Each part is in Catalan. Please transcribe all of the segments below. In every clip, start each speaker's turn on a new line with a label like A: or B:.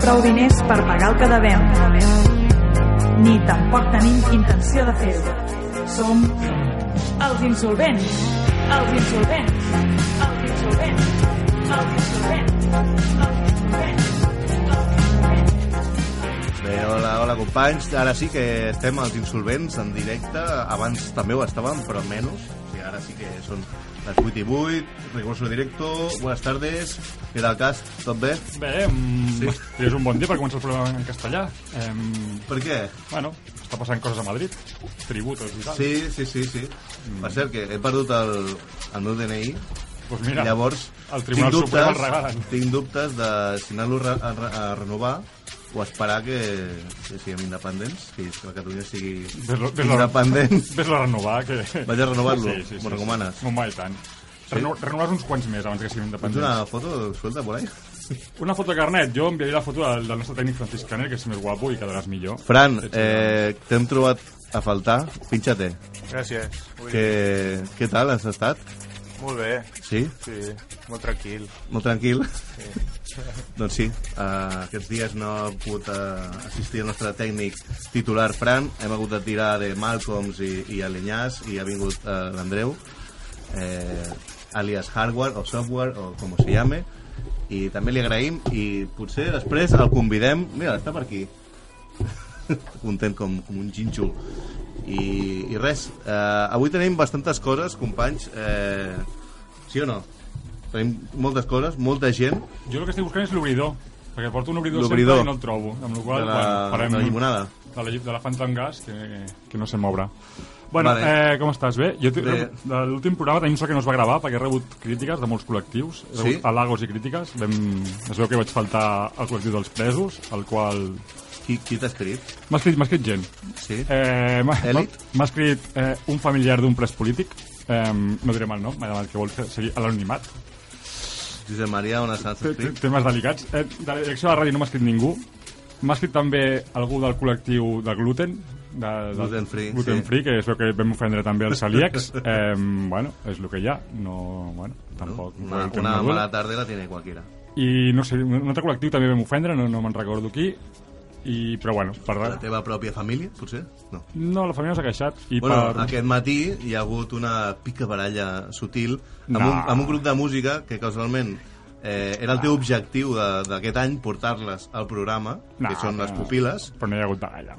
A: prou diners per pagar el que devem, ni tampoc tenim intenció de fer-ho. Som els insolvents, els insolvents, els insolvents, els insolvents, els insolvents.
B: Bé, hola, hola companys. Ara sí que estem als insolvents en directe. Abans també ho estàvem, però menys. O sigui, ara sí que són les 8 i 8, rigoroso directo, buenas tardes, què tal cas? Tot bé?
C: Bé, mm,
B: Sí.
C: és un bon dia per començar el programa en castellà. Em,
B: Per què?
C: bueno, està passant coses a Madrid, tributos i tal.
B: Sí, sí, sí, sí.
C: Mm.
B: Per cert, que he perdut el, el meu DNI,
C: Pues
B: Mira,
C: Doncs mira,
B: llavors
C: el Tribunal
B: tinc
C: Suprem el
B: dubtes-
C: regalen.
B: Tinc dubtes de si anar-lo re- a, re- a renovar o esperar que, que siguem independents, que, que Catalunya sigui
C: Ves-lo- ves-lo-
B: independent.
C: Ves-la a renovar, que...
B: Vaig a renovar-lo, m'ho recomanes?
C: Home, i tant. Sí? Renovar uns quants més abans que siguin
B: Tens
C: independents.
B: Doncs una foto suelta por ahí?
C: una foto de carnet. Jo enviaré la foto del, del nostre tècnic Francisc Caner, que és més guapo i quedaràs millor.
B: Fran, eh, t'hem trobat a faltar. Pinxa-te.
D: Gràcies. Ui,
B: Que, què tal has estat?
D: Molt bé,
B: Sí?
D: sí, molt tranquil.
B: Molt tranquil? Sí. doncs sí, eh, aquests dies no ha pogut eh, assistir el nostre tècnic titular, Fran. Hem hagut de tirar de Malcolms i, i Alenyàs i ha vingut eh, l'Andreu, eh, alias Hardware o Software o com se llame. I també li agraïm i potser després el convidem... Mira, està per aquí. content com, com un gínxol. I, I res, eh, avui tenim bastantes coses, companys. Eh, sí o no? Tenim moltes coses, molta gent
C: Jo el que estic buscant és l'obridor, perquè porto un obridor,
B: L'obridor.
C: sempre i no el trobo. Amb la
B: de
C: qual,
B: la,
C: bueno, farem-
B: de la llimonada.
C: de la, de la Fanta amb gas que, que no se m'obre. Bueno,
B: Vale.
C: eh, com estàs? Bé? Jo t'he-
B: Bé.
C: de l'últim programa tenim sort que no es va gravar perquè he rebut crítiques de molts col·lectius, he
B: Sí?
C: rebut halagos i crítiques. Vam, es veu que vaig faltar al col·lectiu dels presos, al qual...
B: Qui, qui t'ha escrit?
C: M'ha escrit, m'ha escrit gent.
B: Sí?
C: Eh, m'ha-
B: Elit?
C: M'ha escrit eh, un familiar d'un pres polític, eh, no direm el nom, m'ha demanat que vol fer- seguir a l'anonimat.
B: Josep Maria, on has
C: Té- té-
B: escrit?
C: Temes delicats. Eh, de la direcció de la ràdio no m'ha escrit ningú. M'ha escrit també algú del col·lectiu de gluten, de, de
B: Gluten Free,
C: gluten
B: sí.
C: free que és el que vam ofendre també els celíacs. eh, bueno, és el que hi ha. No, bueno, tampoc. no
B: Una,
C: podem fer
B: una
C: molt.
B: mala tarda la tiene cualquiera.
C: I no sé, un altre col·lectiu també vam ofendre, no, no me'n recordo qui. I, però bueno, per...
B: La teva pròpia família, potser? No.
C: No, la família no s'ha queixat. I
B: Bueno, ah.
C: per...
B: aquest matí hi ha hagut una pica baralla sutil amb,
C: No.
B: un, amb un grup de música que casualment eh, era el teu objectiu de- d'aquest any portar-les al programa,
C: No,
B: que són les
C: no.
B: pupil·les.
C: Però no hi ha hagut baralla.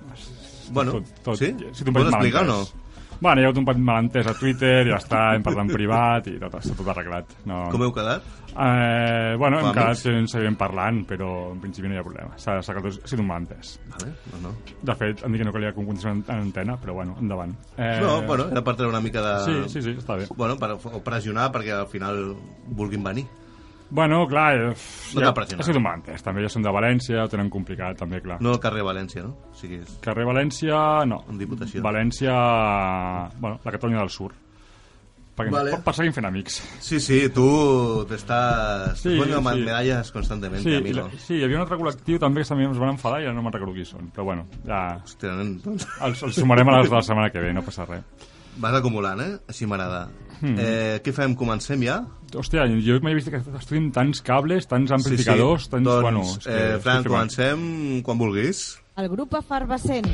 B: Bueno, sí?
C: Si tu em
B: Vols
C: veus
B: explicar o
C: malentès. Bueno, hi ha hagut un petit malentès a Twitter, ja està, hem parlat en privat i tot, està tot arreglat. No,
B: Com heu quedat?
C: Eh,
B: Com
C: bueno, hem
B: a
C: quedat
B: amics?
C: sense ben parlant, però en principi no hi ha problema. S'ha s'ha quedat ha sigut un malentès.
B: Vale, no, no.
C: De fet, han dit que no calia que ho contestés en en antena, però bueno, endavant. Eh,
B: no, eh, bueno, era per treure una mica de...
C: Sí, sí, sí, està bé.
B: Bueno, per o pressionar perquè al final vulguin venir.
C: Bueno, clar, eh, ff,
B: No
C: ja-
B: t'ha pressionat.
C: ha sigut un malentès. També ja són de València, ho tenen complicat, també, clar.
B: No al carrer València, no? O sigui, és...
C: Carrer València, no.
B: En Diputació.
C: València, bueno, la Catalunya del Sur. Perquè
B: Vale.
C: per, per seguir fent amics.
B: Sí, sí, tu t'estàs...
C: Sí,
B: Sí, poniendo
C: sí.
B: medallas constantemente,
C: Sí, i
B: amigo.
C: la, sí, hi havia un altre col·lectiu també que també ens van enfadar i ara no me'n recordo qui són. Però bueno, ja
B: Hòstia, nen, doncs...
C: els, els sumarem a les de la setmana que ve, no passa res.
B: Vas acumulant, eh? Així m'agrada. Hmm. Eh, què fem? Comencem ja?
C: Hòstia, jo m'he vist que estudien tants cables, tants amplificadors, tants...
B: Doncs,
C: bueno, és que
B: eh,
C: estic
B: Fran,
C: flipat.
B: comencem quan vulguis.
E: El grup efervescent.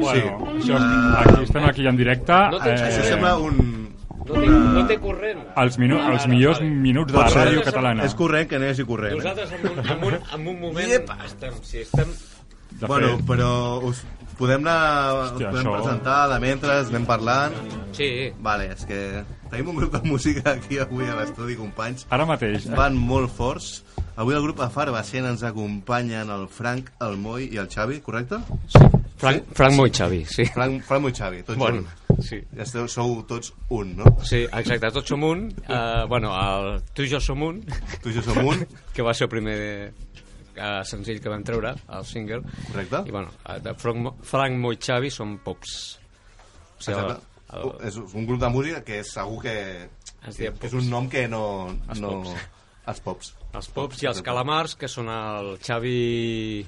C: Bueno,
B: Sí. Ah.
C: això, aquí, estem aquí en directe.
F: No tens-
B: Això
F: Eh,
B: sembla un...
F: No té, no té corrent.
C: Els, minu els millors minuts de la
B: Pot ser.
C: ràdio catalana.
B: Doncs, eh, És corrent que no hi hagi corrent. Eh?
F: Nosaltres en un, en un, en un moment
B: Iepa.
F: estem, sí, estem...
C: De
B: Bueno,
C: fet,
B: però us podem anar...
C: Hòstia,
B: us podem
C: això-
B: presentar de mentre anem parlant.
F: Sí,
B: Vale, és que tenim un grup de música aquí avui a l'estudi, companys.
C: ara mateix, eh,
B: Van molt forts. Avui el grup Afarvacent ens acompanyen el Frank, el Moi i el Xavi, correcte?
F: Frank, Frank Moixavi, sí.
B: Frank, Frank Moi i Xavi, tots
F: Bon,
B: junts.
F: sí.
B: Ja esteu, sou tots un, no?
F: Sí, exacte, tots som un. Uh, bueno, el, tu i jo som un,
B: Tu i jo som un,
F: que va ser el primer uh, senzill que vam treure, el single.
B: correcte?
F: I bueno, eh, de Frank, Mo Frank Moixavi són pocs. O sigui, el,
B: Exacte.
F: el,
B: És un grup de música que segur que,
F: Es
B: que
F: deia
B: és un nom que no... no
F: Pops.
B: els pops.
F: Els pops i els calamars, que són el Xavi...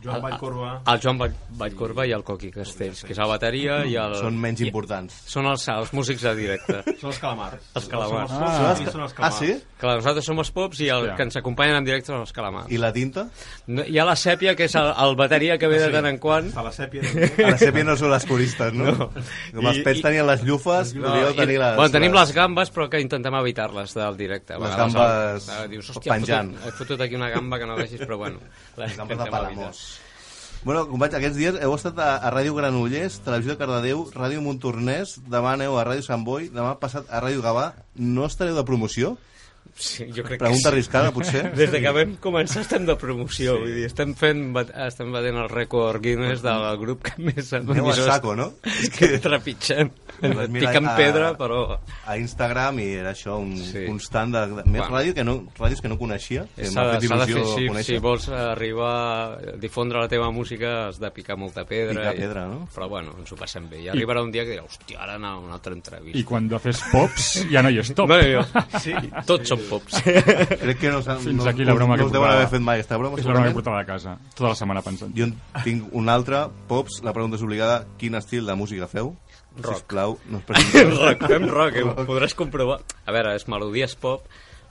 F: Ah,
E: Joan Vallcorba.
F: El Joan Vall Vallcorba i el Coqui Castells, que és la bateria Uh, i el...
B: Són menys importants.
F: Són els, els músics de directe.
E: Són els calamars.
F: Els calamars.
E: Són els
C: Ah.
E: pops i són els
B: Ah,
E: calamars.
B: sí?
F: Clar, nosaltres som els pops i el
C: Ja.
F: que ens acompanyen en directe són els calamars.
B: I la tinta?
F: No, hi ha la sèpia, que és el, el bateria que ve de tant en quant.
E: Està la sèpia. també.
B: A la sèpia no són les puristes, no? no. Com els
F: I-
B: pets
F: i-
B: tenien les llufes, no, podíeu tenir les...
F: bueno, tenim les gambes, però que intentem evitar-les del directe. A
B: Les
F: vegades
B: gambes
F: el- dius, hòstia, he
B: penjant."
F: fotut- he fotut aquí una gamba que no vegis, però bueno. Les
B: gambes de Palamós. Bueno, companys, aquests dies heu estat a, a Ràdio Granollers, Televisió de Cardedeu, Ràdio Montornès, demà aneu a Ràdio Sant Boi, demà passat a Ràdio Gavà. No estareu de promoció?
F: Sí, jo crec
B: Pregunta
F: que sí.
B: arriscada, potser?
F: Des de que vam començar estem de promoció, sí. vull dir, estem fent, bat- estem batent el rècord Guinness del grup que més
B: Aneu a
F: emissores
B: saco, no?
F: que trepitgem,
B: Doncs mira,
F: piquen
B: a-
F: pedra, però...
B: A Instagram i era això, un
F: Sí.
B: constant de... de més
F: Bueno.
B: ràdio que no, ràdios que no coneixia, que
F: S'ha
B: m'ha
F: de,
B: fet
F: s'ha de
B: il·lusió
F: fer, si,
B: conèixer.
F: si vols arribar a difondre la teva música has de picar molta pedra.
B: Picar
F: i-
B: pedra, no?
F: Però bueno, ens ho passem bé. I arribarà un dia que dirà, hòstia, ara anar a una altra
C: I
F: entrevista.
C: quan de fes pops ja no hi és top.
F: Bueno, jo, sí, tots són pops.
B: Crec que no, s'ha-
C: Fins
B: no,
C: aquí la broma
B: no,
C: que
B: us deuen
C: portava.
B: haver fet mai aquesta broma,
C: És la broma que
B: segurament.
C: portava a casa, tota la setmana pensant.
B: Jo en tinc una altra, Pops, la pregunta és obligada, quin estil de música feu?
F: Rock.
B: Sisplau, no us
F: Fem
B: presenteu.
F: rock, fem rock, eh, ho podràs comprovar. A veure, és melodies pop,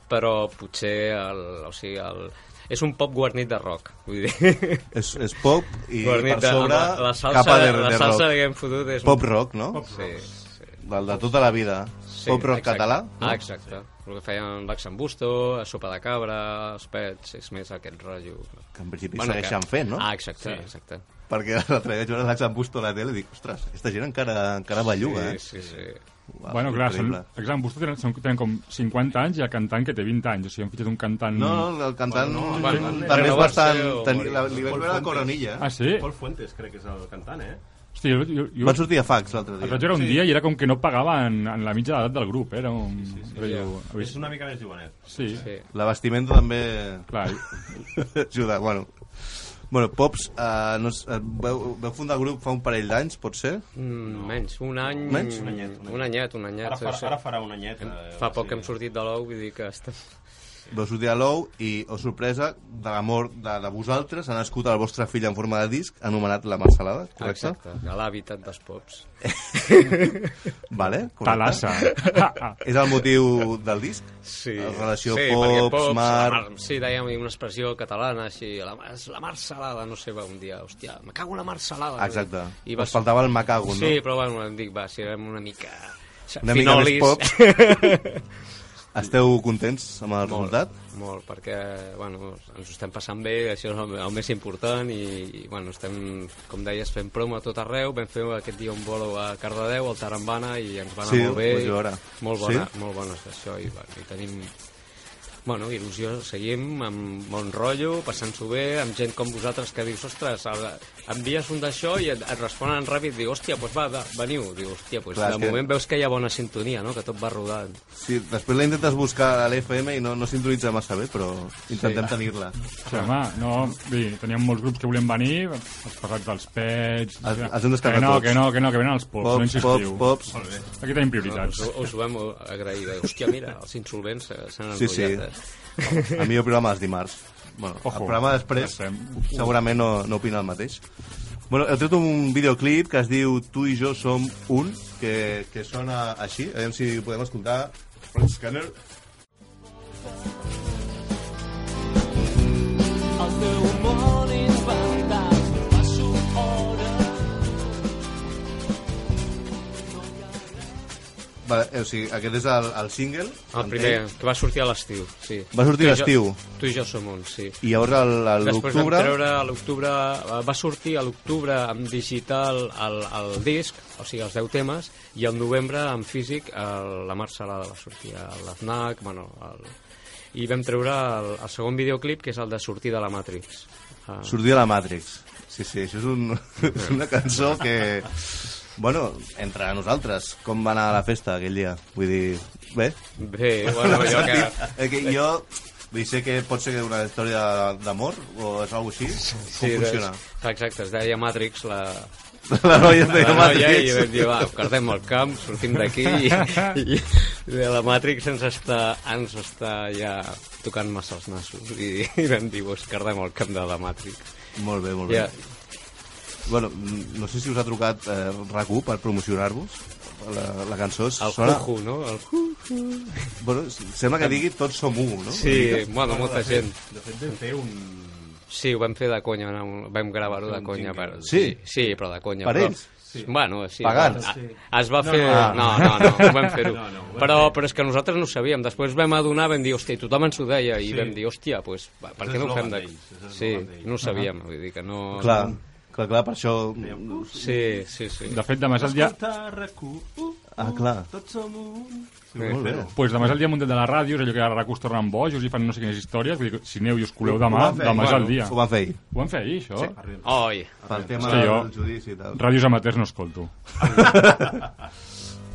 F: però potser el, o sigui, el, és un pop guarnit de rock, vull dir.
B: és, és pop i
F: guarnit
B: per sobre
F: la, la salsa,
B: capa de, de
F: la salsa
B: rock.
F: que hem fotut és...
B: Pop rock, no?
F: Sí, sí.
B: Del de tota la vida.
F: Sí,
B: pop rock
F: exacte.
B: català.
F: Ah, exacte. El que feien Bax en Busto, a Sopa de Cabra, els Pets, és més aquest rotllo.
B: Que en principi segueixen fent, no?
F: Ah, exacte, sí. exacte.
B: Perquè l'altre dia jo vaig Busto a la tele i dic, ostres, aquesta gent encara, encara belluga, eh?
F: Sí, sí, sí.
B: Uau,
C: bueno, clar, són,
B: increïble.
C: exacte, vostès tenen, són, tenen com 50 anys i el cantant que té 20 anys. O sigui, han fitxat un cantant...
B: No, no, el cantant
F: Bueno, no.
B: també és
F: Renovar-se
B: bastant...
F: o
B: Ten...
F: morir.
B: La, li vaig veure la coronilla.
C: Ah, sí?
E: Pol Fuentes crec que és el cantant, eh?
C: Hosti, jo, jo, jo
B: Van sortir a fax l'altre
C: el vaig
B: dia.
C: veure un dia i era com que no pagava en, en la mitja d'edat del grup. Era un... Sí, sí, sí,
E: És una mica més jovenet.
C: sí, sí.
F: sí.
B: La vestimenta també
C: clar.
B: ajuda. Bueno, bueno Pops, eh, no, s- eh, veu, veu fundar el grup fa un parell d'anys, pot ser?
F: Mm, menys, un any...
B: Menys?
F: Un anyet, un anyet. Un anyet
E: Ara farà,
F: sí.
E: ara farà un anyet. eh,
F: Fa poc
E: sí.
F: que hem sortit de l'ou, vull dir que estem...
B: Veu sortir a l'ou i, oh sorpresa, de l'amor de, de vosaltres ha nascut el vostre fill en forma de disc, anomenat La Marcelada, correcte?
F: Exacte, a l'hàbitat dels pops.
B: Vale, correcte.
C: Talassa. Ah, ah.
B: És el motiu del disc?
F: Sí.
B: La Eh, relació
F: sí,
B: pops,
F: perquè
B: mar-
F: la Sí, dèiem una expressió catalana, així, la, mar- és la mar salada, no sé, va un dia, hòstia, me cago en la mar salada.
B: Exacte.
F: I
B: Us
F: vas
B: faltava el macago, no?
F: Sí, però bueno, em dic, va, si érem una mica...
B: Una mica més
F: finolis.
B: Esteu contents amb el
F: molt,
B: resultat?
F: molt, perquè bueno, ens ho estem passant bé, això és el, el més important i, i bueno, estem, com deies, fent promo a tot arreu, vam fer aquest dia un bolo a Cardedeu, al Tarambana i ens va anar
B: Sí,
F: molt bé.
B: ho vaig
F: i
B: veure.
F: Molt bona,
B: Sí?
F: molt bona sessió i, bueno, i tenim Bueno, il·lusió, seguim amb bon rotllo, passant-s'ho bé, amb gent com vosaltres que dius, ostres, ara envies un d'això i et, et responen ràpid, diu, hòstia, doncs va, va, veniu. Diu, hòstia, doncs
B: Clar, és
F: de
B: que-
F: moment veus que hi ha bona sintonia, no?, que tot va rodant.
B: Sí, després la intentes buscar a l'FM i no, no sintonitza massa bé, però intentem sí. tenir-la.
C: Sí, home, no, vull dir, teníem molts grups que volien venir, els passats dels pets...
B: Els- els hem descartat
C: que no,
B: tots.
C: que no, que no, que venen els pops, no
B: Pops, pops,
C: insistiu.
B: pops.
C: Aquí tenim
F: Us,
C: prioritats.
F: ho- us ho vam agrair. de, Hòstia, mira, els insolvents eh, s'han eh?
B: Sí, sí.
F: enrotllat.
B: El millor programa és dimarts. Bueno,
C: Ojo.
B: el programa després
C: Estem.
B: segurament no, no opina el mateix. Bueno, heu tret un videoclip que es diu Tu i jo som un, que, que sona així. A veure si podem escoltar. Fred Scanner.
G: El teu món inventat passo hores
B: Vale, eh, o sigui, aquest és el, el single.
F: Ah, El primer, que va sortir a l'estiu, sí.
B: Va sortir
F: Tu i
B: a l'estiu.
F: jo- Tu i jo som un, sí.
B: I llavors el- el-
F: Després vam
B: l'octubre...
F: treure a l'octubre... eh, Va sortir a l'octubre en digital el, el disc, o sigui, els 10 temes, i al novembre en físic el, la Mar Salada va sortir a l'FNAC, bueno... El, i vam treure el, el segon videoclip, que és el de sortir de la Matrix. Ah,
B: Sortir de la Matrix. Sí, sí, això és, un, és una cançó que... Bueno, entre nosaltres, com va anar la festa aquell dia? Vull dir, bé...
F: bé, bueno, allò que...
B: Eh, que jo... Vull dir, sé que pot ser una història d'amor o és alguna cosa així. Com funciona?
F: doncs, Exacte, es deia Matrix, la,
B: La noia es deia
F: la noia i vam
B: Matrix.
F: dir, va, perdem el camp, sortim d'aquí i, i, i la Matrix ens està, ens està ja tocant massa els nassos i, i vam dir, "Vos, cardem el camp de la Matrix.
B: Molt bé, molt bé.
F: Ja,
B: Yeah. Bueno, mm, no sé si us ha trucat eh, RAC1 per promocionar-vos. La, la cançó es
F: el
B: sona...
F: Juju, no? El Juju.
B: Bueno, s- sembla que digui Tots som un, no?
F: Sí, bueno, molta
E: de fet-
F: gent.
E: De fet, vam fer un...
F: Sí, ho vam fer de conya, no? vam gravar-ho de
E: Un
F: conya.
E: jingle.
F: Per...
B: Sí?
F: Sí, però de conya.
B: Per
F: però...
B: ells?
F: Sí. Bueno, sí.
B: Pagant.
F: Ah, Es va
E: No,
F: fer...
E: no.
F: No, no, no, no vam fer-ho.
E: No, no, ho vam
F: però,
E: fer.
F: però és que nosaltres no ho sabíem. Després vam adonar, vam dir, hòstia, i tothom ens ho deia, i
E: Sí.
F: vam dir, hòstia, pues, va, per
E: És
F: què no ho
E: eslògan
F: fem de...
E: d'ells, és
F: Sí,
E: eslògan d'ells.
F: no ho sabíem, vull dir que no...
B: Clar, clar, clar, per això...
F: Sí, sí, sí.
C: De fet, demà és el dia...
E: Escolta, RAC1, uh,
B: Doncs Ah, clar.
E: tots som un... Sí,
F: Eh,
E: ho vam fer.
C: Pues demà és el dia mundial de la ràdio, és allò que ara us tornen bojos i fan no sé quines històries, vull dir, que si aneu i us coleu demà,
B: Ho van fer,
C: demà és el
B: bueno,
C: dia.
B: Ho van fer ahir.
C: Ho vam fer ahir, això?
F: Oi,
B: Pel tema
C: És que
B: del
C: jo-
B: judici i tal.
C: Ràdios amateurs no escolto.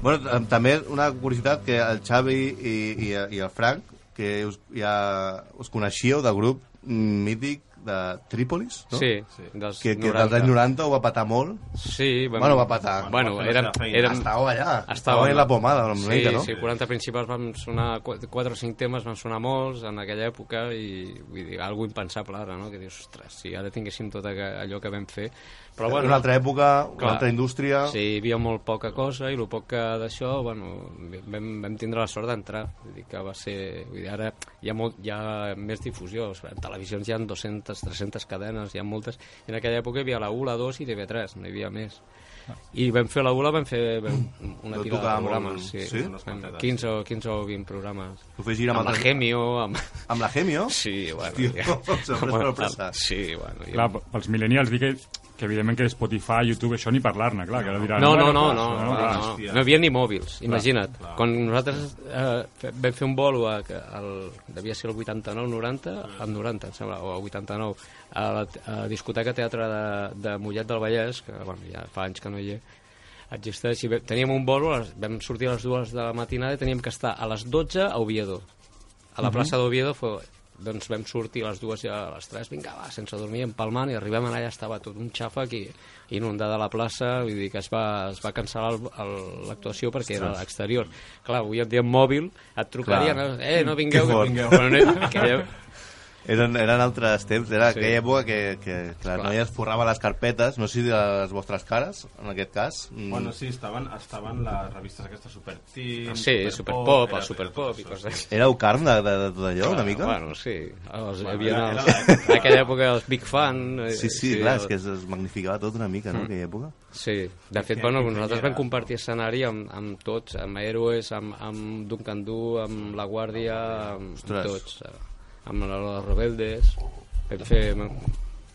B: Bueno, t- també una curiositat que el Xavi i, i, i el Frank, que us, ja us coneixíeu del grup mític de Trípolis, no?
F: sí, dels
B: Que, que dels anys 90 ho va patar molt.
F: Sí, vam...
B: Bueno, va patar.
F: Bueno,
E: va fer la
F: érem,
E: seva feina.
F: érem...
B: Estava allà.
F: Estava
B: Estava en la pomada, una
F: sí,
B: mica, no?
F: Sí, 40 principals van sonar, 4 o 5 temes van sonar molts en aquella època i vull dir, algo impensable ara, no? Que dius, ostres, si ara tinguéssim tot aqu- allò que vam fer. Però
B: Bueno,
F: bueno,
B: una altra època, una
F: Clar.
B: altra indústria...
F: sí, hi havia molt poca cosa i el poc que d'això, bueno, vam, vam tindre la sort d'entrar. Vull dir que va ser... Vull dir, ara hi ha, molt, hi ha més difusió. En televisions hi ha 200, 300 cadenes, hi ha moltes. I en aquella època hi havia la 1, la 2 i TV3, no hi havia més. I vam fer la ULA, vam fer vam, una
B: No
F: pila de
B: tocava molt,
F: programes, sí.
B: sí?
F: Vam- 15, o, 15 o 20 programes.
B: Ho fes girar
F: Amb,
B: amb,
F: la
B: altres-
F: Gemio, amb...
B: amb la Gemio?
F: Sí, bueno...
B: Hòstia, sorpresa, sorpresa.
F: Sí, bueno...
C: Clar, pels millennials dic que, que evidentment que Spotify, YouTube, això ni parlar-ne, clar, que ara diran...
F: No, no,
C: "Bueno,
F: no,
C: clar,
F: no,
C: clar".
F: no, no, no hi havia ni mòbils, imagina't. Quan nosaltres eh, fe- vam fer un bolo, a, a- el, devia ser el 89-90, el 90, em sembla, o el 89, a la t- a discoteca teatre de, de Mollet del Vallès, que bueno, ja fa anys que no hi és, existeix, i ve- teníem un bolo, a les- vam sortir a les dues de la matinada i teníem que estar a les 12 a Oviedo. A la plaça d'Oviedo fue, doncs vam sortir a les dues i a les tres, vinga, va, sense dormir, empalmant, i arribem allà, estava tot un xàfec i inundada la plaça, vull dir que es va, es va cancel·lar el- el- l'actuació perquè era a l'exterior. Clar, avui en dia amb mòbil et trucarien,
B: Clar.
F: eh, no
B: Que
F: vingueu, que
B: fort.
F: vingueu. Però no, que,
B: Eren, eren altres temps, era
F: Sí.
B: sí. aquella època que, que, que les
F: Clar.
B: noies forraven les carpetes, no sé si de les vostres cares, en aquest cas. Mm,
E: Bueno, sí, estaven, estaven les revistes aquestes Super Teen,
F: Ah, sí, superpop,
E: era-
F: el superpop i coses així.
B: Éreu carn de, de, de tot allò, una
F: Bueno,
B: mica?
F: Bueno, sí. Els, hi havia
E: era- era
F: els,
E: l'època.
F: en aquella època els Big Fan. eh,
B: sí, sí, clar,
F: el-
B: és que es, es magnificava tot una mica, no?, mm. aquella època.
F: Sí, de fet,
E: Cristian
F: bueno,
E: Quintanilla,
F: nosaltres vam
E: no?
F: compartir escenari amb, amb tots, amb Héroes, amb, amb Duncan Du, amb La Guàrdia, amb, amb
B: Ostres.
F: tots, eh, amb la Lola Rebeldes, vam fer...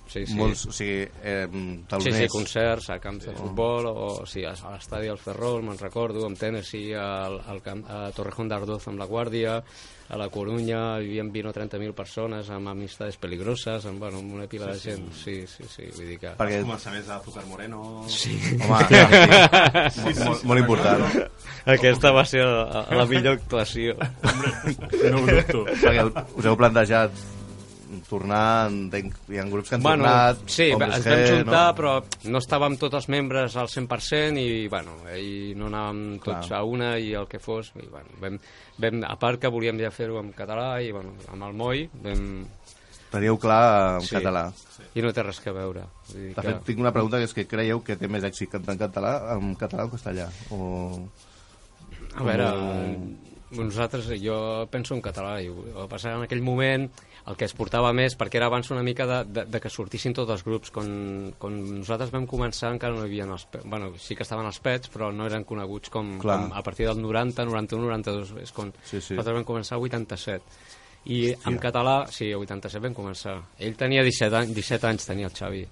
F: Sí, sí.
B: Molts, o sigui, eh,
F: Sí,
B: taloners.
F: sí, concerts a camps de futbol o sí, a a l'estadi del Ferrol, me'n recordo, amb Tennessee, al, al camp, a Torrejón d'Ardoz amb la Guàrdia, a la Corunya, hi havien 20 o 30.000 persones amb amistades peligroses, amb, bueno, amb una pila de gent, sí, sí, sí, vull dir que...
B: Perquè,
E: Començaments d'Azúcar Moreno...
B: home, clar, sí, molt, molt, molt important.
F: Aquesta va ser la, la millor actuació.
C: No ho dubto.
B: Perquè us heu plantejat tornar, entenc, hi ha grups que han
F: bueno,
B: tornat...
F: sí,
B: com
F: ens
B: Busquets,
F: vam juntar,
B: no?
F: però no estàvem tots els membres al 100% i, bueno, i no anàvem tots
B: Clar.
F: a una i el que fos. I, bueno, vam, vam, a part que volíem ja fer-ho en català i, bueno, amb el moll, vam...
B: Teníeu clar en
F: Sí.
B: sí. català.
F: i no té res que veure. Vull dir
B: De fet, tinc una pregunta que és que creieu que té més èxit cantar en català en català o castellà? O...
F: A veure, nosaltres, jo penso en català, i ho- el que passa en aquell moment el que es portava més, perquè era abans una mica de, de, de que sortissin tots els grups. Quan, quan nosaltres vam començar encara no hi havia els pets, bueno, sí que estaven els pets, però no eren coneguts com,
B: Clar.
F: com a partir del 90, 91, 92, és quan
B: Sí, sí.
F: nosaltres vam començar al 87. I en català, sí, al 87 vam començar. Ell tenia 17 anys, 17 anys tenia el Xavi.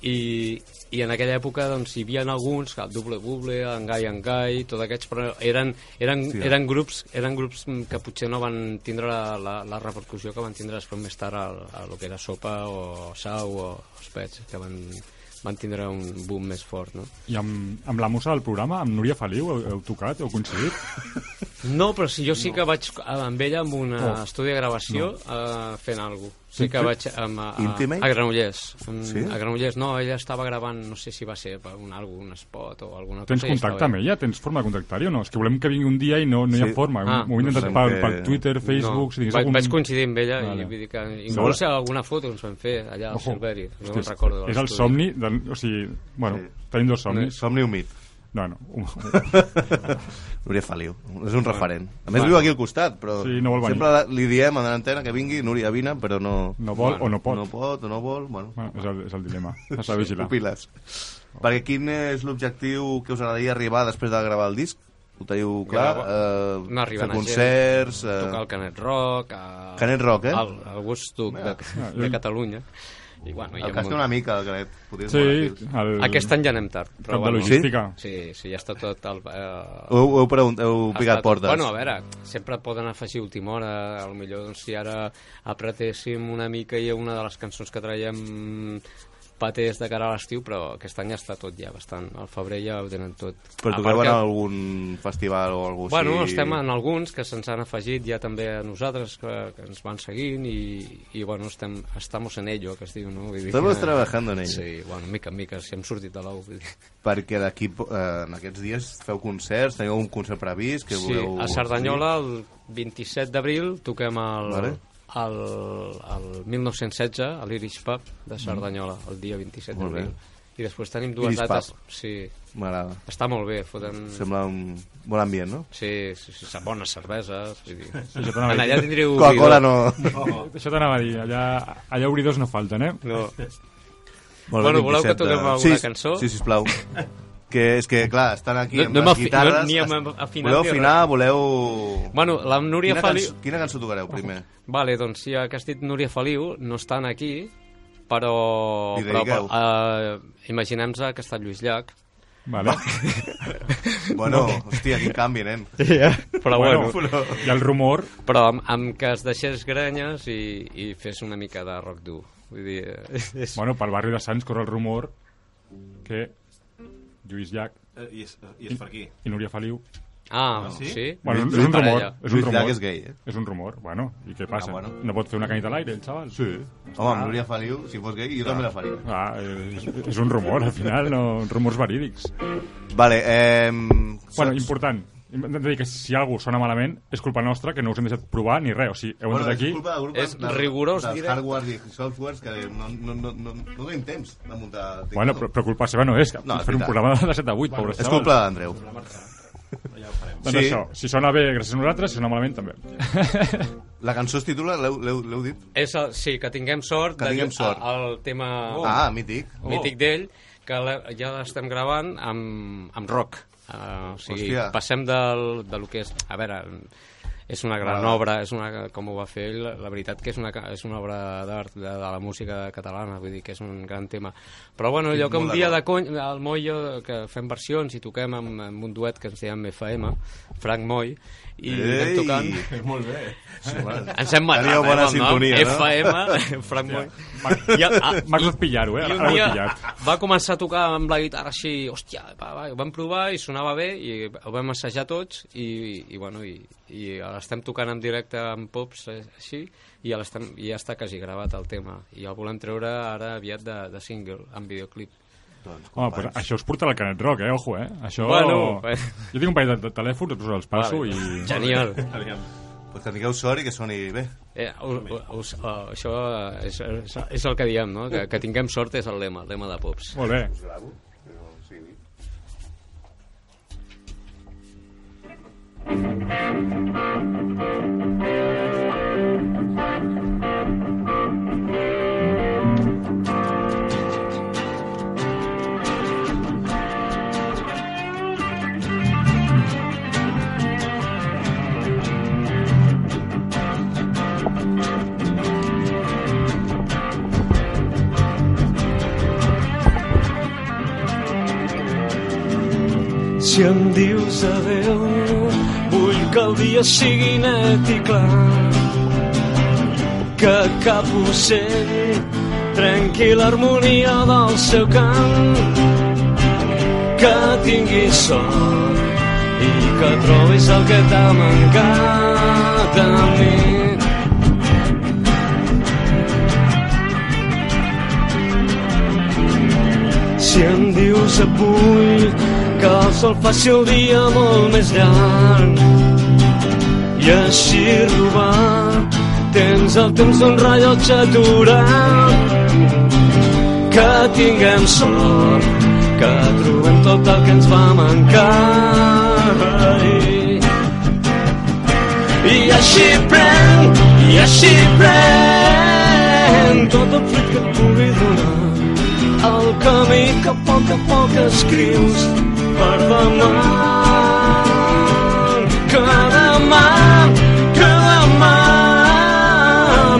F: I, i en aquella època doncs, hi havia alguns, el Double Buble, en Gai en Gai, tots aquests, però eren, eren, eren, grups, eren grups mm, que potser no van tindre la, la, la repercussió que van tindre després més tard al, a lo que era Sopa o Sau o els Pets, que van, van tindre un boom més fort, no?
C: I amb, amb la musa del programa, amb Núria Feliu, heu, heu tocat, heu coincidit?
F: No, però si jo sí que vaig eh, amb ella amb un oh. estudi de gravació no. eh, fent alguna cosa. Sí que vaig amb, a, a,
B: Intimate?
F: a Granollers. Mm,
B: Sí?
F: A Granollers, no, ella estava gravant, no sé si va ser per un àlbum, un spot o alguna
C: Tens
F: cosa. i estava
C: contacte amb ella? Tens forma de contactar-hi o no? És que volem que vingui un dia i no, no hi ha
B: Sí.
C: forma.
F: Ah.
C: Ho he intentat
B: Pensem
C: per,
B: que-
C: per Twitter, Facebook... Si
F: no,
C: tingués
F: vaig,
C: algun...
F: vaig coincidir amb ella
C: Vale.
F: i vull dir que inclús
C: Sobre-
F: alguna foto ens van fer allà al
C: Ojo.
F: Silveri, no
C: Hòstia,
F: me'n recordo. de
C: És el
F: l'estudi.
C: somni... De... O sigui, bueno,
B: Sí.
C: tenim dos somnis.
B: Somni humit.
C: No, no.
B: Núria Feliu, és un referent. A més, viu aquí al costat, però
C: Sí, no vol venir.
B: sempre la- li diem a l'antena que vingui, Núria, vine, però no,
C: No vol o no pot.
B: no pot o no vol. Bueno,
C: Bueno, és, el, és el dilema. Has de vigilar.
B: pupiles. Perquè quin és l'objectiu que us agradaria arribar després de gravar el disc? Ho teniu clar? Eh,
F: Anar arribant
B: fer
F: a gent,
B: concerts... Eh,
F: tocar el Canet Rock, a...
B: Canet Rock, eh?
F: Al, al Woodstock de,
C: Ah, eh.
F: de Catalunya. I, bueno, i
B: el
F: amb
B: casca
F: un-
B: una mica, el Canet. Podries
C: Sí,
B: morar-t'hi.
C: el...
F: Aquest any ja anem tard. Però,
C: Cap de
F: bueno,
C: logística.
F: sí, sí, ja està tot... El, eh,
B: Heu, heu, pregunt, heu
F: ha
B: picat
F: estat-
B: portes.
F: Bueno, a veure, sempre poden afegir última hora, a lo millor doncs, si ara apretéssim una mica i una de les cançons que traiem patés de cara a l'estiu, però aquest any ja està tot ja bastant. Al febrer ja ho tenen tot.
B: Però
F: A
B: toqueu en
F: part que-
B: algun festival o alguna
F: Bueno, estem en alguns que se'ns han afegit ja també a nosaltres, que, que ens van seguint i, i bueno, estem, estamos en ello, que es diu, no? Vull dir
B: Estamos
F: que-
B: trabajando en ello.
F: eh. Sí, bueno, mica en mica, si hem sortit de l'ou. vull dir.
B: Perquè d'aquí, po- eh, en aquests dies, feu concerts, teniu un concert previst que
F: Sí,
B: voleu...
F: a Cerdanyola el 27 d'abril toquem el,
B: Vale.
F: el, el 1916 a l'Irish Pub de Cerdanyola, el dia 27
B: Mm. Molt bé.
F: d'abril. I després tenim dues
B: Irish
F: dates...
B: Pub.
F: Sí,
B: M'agrada.
F: està molt bé, foten...
B: Sembla un bon ambient, no?
F: Sí, sí, sí, sí, bones cerveses, vull dir...
C: jo t'anava a
F: En
C: dir.
F: allà tindreu...
B: Coca-Cola no...
C: Això t'anava a dir. Allà, allà obridors no falten, eh?
F: No,
B: Molt bé,
F: Bueno,
B: eh,
F: voleu
B: 27
F: que
B: de-
F: toquem alguna
B: sí,
F: cançó?
B: Sí, sisplau. que és que, clar, estan aquí
F: No-
B: amb
F: no hem
B: les
F: afi-
B: guitarres...
F: no- ni hem afinat
B: voleu
F: ni
B: afinar, voleu...
F: Bueno, la Núria
B: quina,
F: Feliu...
B: cançó, quina cançó tocareu primer?
F: Vale, doncs ja que has dit Núria Feliu, no estan aquí, però...
B: Li
F: però
B: dediqueu.
F: eh, Imaginem-nos que està Lluís Llach.
C: Vale.
B: Bueno, hòstia, quin canvi, nen.
F: Però bueno,
C: però... I el rumor...
F: però amb, amb que es deixés grenyes i, i fes una mica de rock dur. Vull dir, eh, és...
C: Bueno, pel barri de Sants corre el rumor que Lluís Llach
E: Eh, I, és, I és per aquí.
C: i Núria Feliu...
F: Ah, sí? sí?
C: Bueno,
B: Lluís-
C: és un
F: Lluís
C: rumor.
F: Parella.
C: És un
B: Lluís Llach
C: rumor.
B: és gay, eh? Ah,
C: És un rumor. Bueno, i què passa?
B: bueno.
C: No pot fer una canita a l'aire, el xaval? Sí.
B: Home, amb Núria Feliu, si fos gay, jo també la faria.
C: Ah, és, és un rumor, al final, no, rumors verídics.
B: Vale, ehm...
C: Bueno, important. Hem de dir que si algú sona malament és culpa nostra, que no us hem deixat provar ni res. O sigui, heu entrat doncs aquí...
B: És, culpa del grup
F: És
B: del-
F: rigorós,
B: dels
F: directe.
B: hardwares i softwares que no, no, no, no, no tenim temps de muntar...
C: Bueno, però, però culpa seva no és, que
B: No, és
C: fer un
B: veritat.
C: programa de 7 a 8, pobre
B: És
C: xaval.
B: culpa d'Andreu.
C: Doncs
B: Sí.
C: això, si sona bé, gràcies a nosaltres, si sona malament, també.
B: La cançó es titula, l'heu- l'heu l'heu dit?
F: És el, sí, que tinguem sort
B: Que
F: de-
B: tinguem sort.
F: a- el tema
B: Ah, mític.
F: Oh. mític d'ell, que la, ja l'estem gravant amb, amb rock. Uh, o sigui,
B: Hòstia.
F: Hòstia. passem del, de lo que és... A veure, és una gran
B: Ah.
F: obra, és una, com ho va fer ell, la veritat que és una, ca- és una obra d'art de, de la música catalana, vull dir que és un gran tema. Però bueno, allò que un
B: molt
F: dia de
B: d'acord.
F: cony, el Moll i jo, que fem versions i toquem amb, amb un duet que ens diem FM, Frank Moll, i anem tocant...
E: Molt bé.
F: Ens hem matat,
B: Teníeu
F: eh,
B: bona
F: amb el nom.
B: sintonia, no?
F: FM, Frank Moy. I, el- ah,
C: M'has de pillar-ho, eh?
F: i un
C: Ara ho he
F: dia
C: pillat.
F: va començar a tocar amb la guitarra així, hòstia, va, va, ho vam provar i sonava bé i ho vam assajar tots i, i bueno, i, i l'estem tocant en directe amb pops eh, així i ja, l'estem- i ja està quasi gravat el tema i el volem treure ara aviat de, de single, amb videoclip.
C: Home, pues, això us porta al Canet Rock, eh? Ojo, eh? Això...
F: Bueno, eh.
C: Jo tinc un parell de, de telèfons, us els passo
F: Vale.
C: i...
F: Genial.
E: Aviam.
B: Pues que tingueu sort i que soni bé.
F: Eh, us, us, uh, això eh, és, és, és el que diem, no? Que, que tinguem sort és el lema, el lema de Pops.
C: Molt bé.
G: Si em dius adeu, vull que el dia sigui net i clar. Que cap ocell trenqui l'harmonia del seu cant. Que tingui sort i que trobis el que t'ha mancat a mi. Si em dius avui que el sol faci el dia molt més llarg i així robar tens el temps d'un rellotge aturat que tinguem sort que trobem tot el que ens va mancar ahir i així pren i així pren tot el fruit que et pugui donar el camí que a poc a poc escrius per demà. Que demà, que demà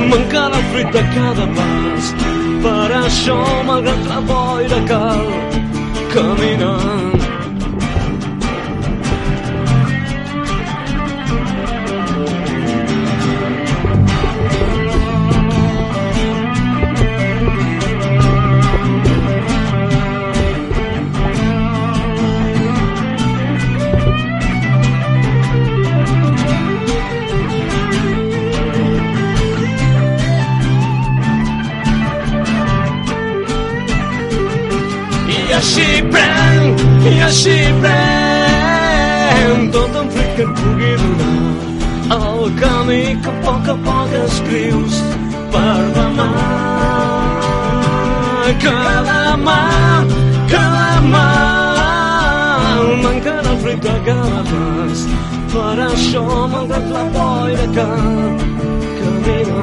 G: m'encara el fruit de cada pas. Per això, malgrat la boira, cal caminar. I així pren, i així pren tot el fruit que et pugui donar el camí que a poc a poc escrius per demà. Que demà, que demà m'encara el fruit de cada pas per això malgrat la boira que camina.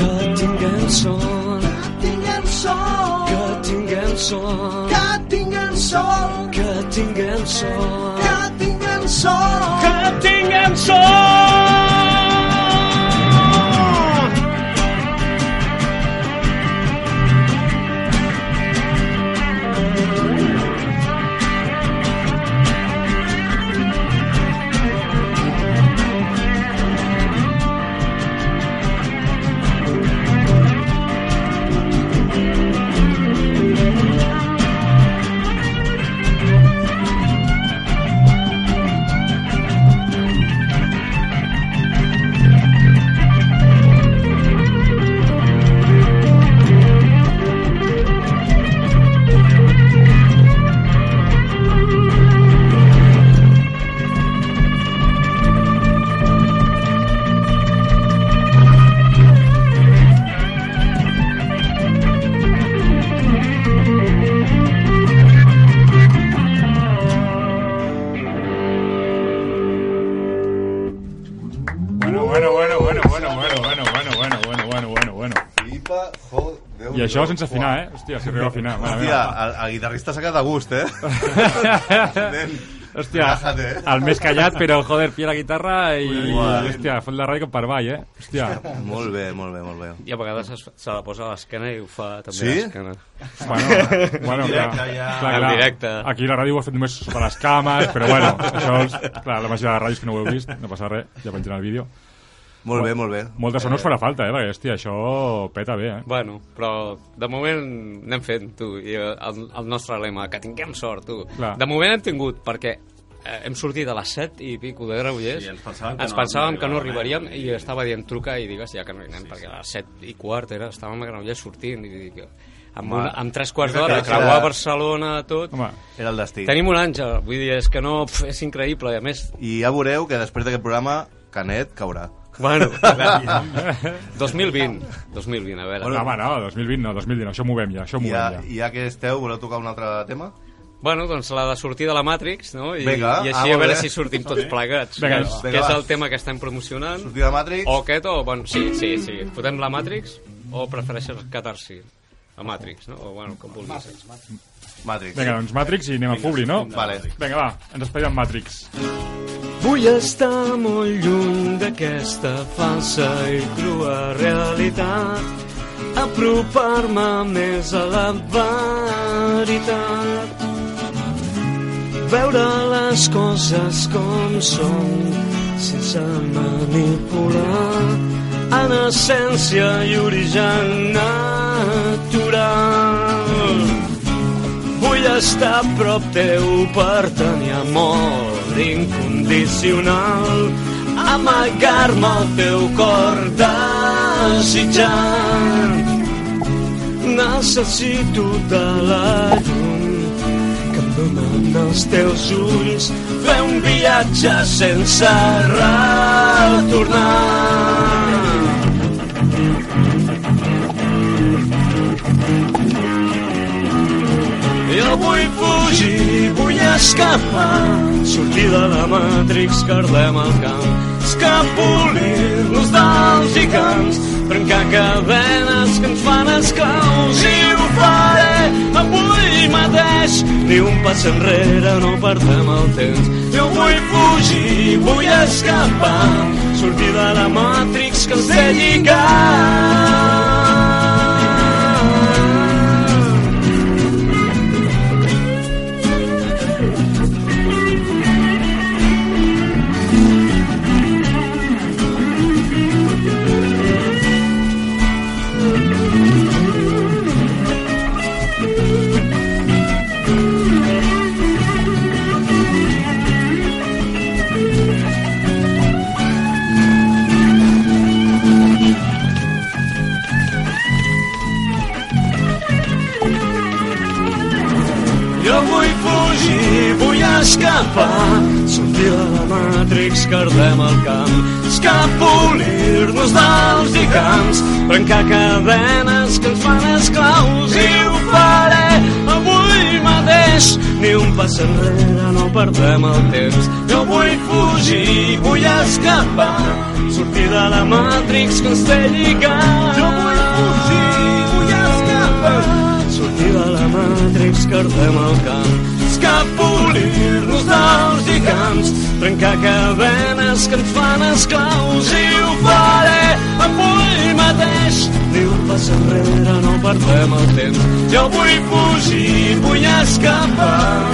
G: Que tinguem sol. Que tinguem sol. Que tinguem sol. Que tinguem sol.
C: Bueno, bueno, bueno, bueno, bueno, bueno, bueno, bueno, bueno, bueno, bueno, bueno, bueno.
H: Flipa, joder.
C: I això sense afinar, eh? Hòstia, si arriba a afinar. mare
B: Hòstia,
C: meva.
B: el, el guitarrista s'ha quedat a gust, eh? Nen,
C: Hòstia,
B: Relájate, eh?
C: el més callat, però, joder, pia la guitarra i...
B: Ui.
C: Hòstia, fot la ràdio com per avall, eh? Hòstia,
B: molt bé, molt bé, molt bé.
F: I a vegades es, se la posa a l'esquena i ho fa també
B: Sí?
F: a l'esquena.
C: bueno, bueno,
E: directe,
C: clar,
E: ja.
C: clar,
F: En
C: clar.
F: directe.
C: Aquí la ràdio ho ha fet només per les cames, però bueno, això és... Clar, la majoria de ràdios que no ho heu vist, no passa res, ja penjaré el vídeo.
B: Molt bé, molt bé.
C: Molta sort no us farà falta, eh? Perquè, hòstia, això peta bé, eh?
F: Bueno, però de moment anem fent, tu, i eh, el, el nostre lema, que tinguem sort, tu.
C: Clar.
F: De moment hem tingut, perquè eh, hem sortit a les 7 i pico de Granollers,
E: Sí, ens pensàvem que
F: ens
E: no-
F: pensàvem
E: no
F: que no
E: arribàvem, eh,
F: arribaríem, i estava dient, truca i digues ja que no hi anem, perquè a les 7 i quart era, estàvem a Granollers sortint, i dic, amb, una, amb tres quarts d'hora,
B: que-
F: creuar Barcelona, tot...
C: Home,
B: Era el destí.
F: Tenim un àngel, vull dir, és que no, pf, és increïble, i a més,
B: I ja veureu que després d'aquest programa, Canet caurà.
F: bueno, 2020, 2020, a veure.
C: no, home, no, 2020 no, 2019, això m'ho vem ja, això m'ho
B: I ja,
C: vem ja.
B: i ja que esteu, voleu tocar un altre tema?
F: Bueno, doncs la de sortir de la Matrix, no? I,
B: Vinga,
F: i
B: ah,
F: així
B: molt
F: a veure
B: bé.
F: si sortim tots plegats.
C: Vinga,
F: que, és,
B: vinga,
F: que és
B: va.
F: el tema que estem promocionant.
B: Sortir de Matrix?
F: O aquest o... Bueno, sí, sí, sí. Fotem la Matrix o prefereixes catar-s'hi? La Matrix, no? O bueno, com vulguis.
B: Matrix.
C: Vinga, doncs Matrix i anem a Publi, no?
B: Vale.
C: Vinga, va, ens despedim amb Matrix.
G: Vull estar molt lluny d'aquesta falsa i crua realitat, apropar-me més a la veritat, veure les coses com són, sense manipular, en essència i origen natural. estar a prop teu per tenir amor incondicional amagar-me al teu cor desitjant necessito de la llum que em donen els teus ulls fer un viatge sense retornar Jo vull fugir, vull escapar, sortir de la Matrix que ardem al camp, escapolir-nos dels gigants, trencar cadenes que ens fan esclaus i ho faré avui mateix. Ni un pas enrere, no perdem el temps. Jo vull fugir, vull escapar, sortir de la Matrix que ens té lligats. Jo vull fugir, vull escapar, sortir de la Matrix que ardem al camp, escapolir-nos dels gigants, trencar cadenes que ens fan esclaus i ho faré avui mateix. Ni un pas enrere, no perdem el temps. Jo vull fugir, vull escapar, sortir de la Matrix que ens té lligats. Jo vull fugir, vull escapar, sortir de la Matrix que ardem al camp escapolir-nos dels gigants trencar cadenes que ens fan esclaus i ho faré avui mateix ni un pas enrere no perdem el temps jo vull fugir, vull escapar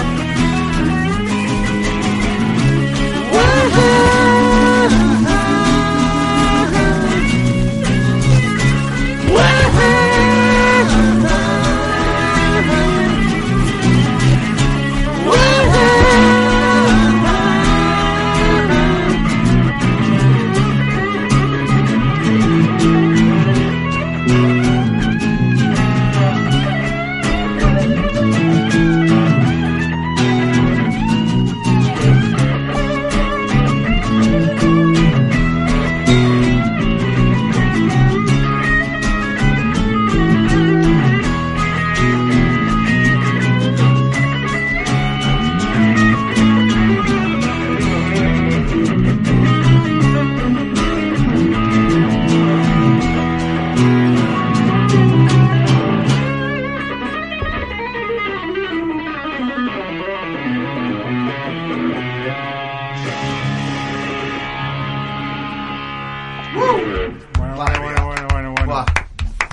D: Bueno, bueno, bueno, bueno, bueno, bueno.
B: Buah.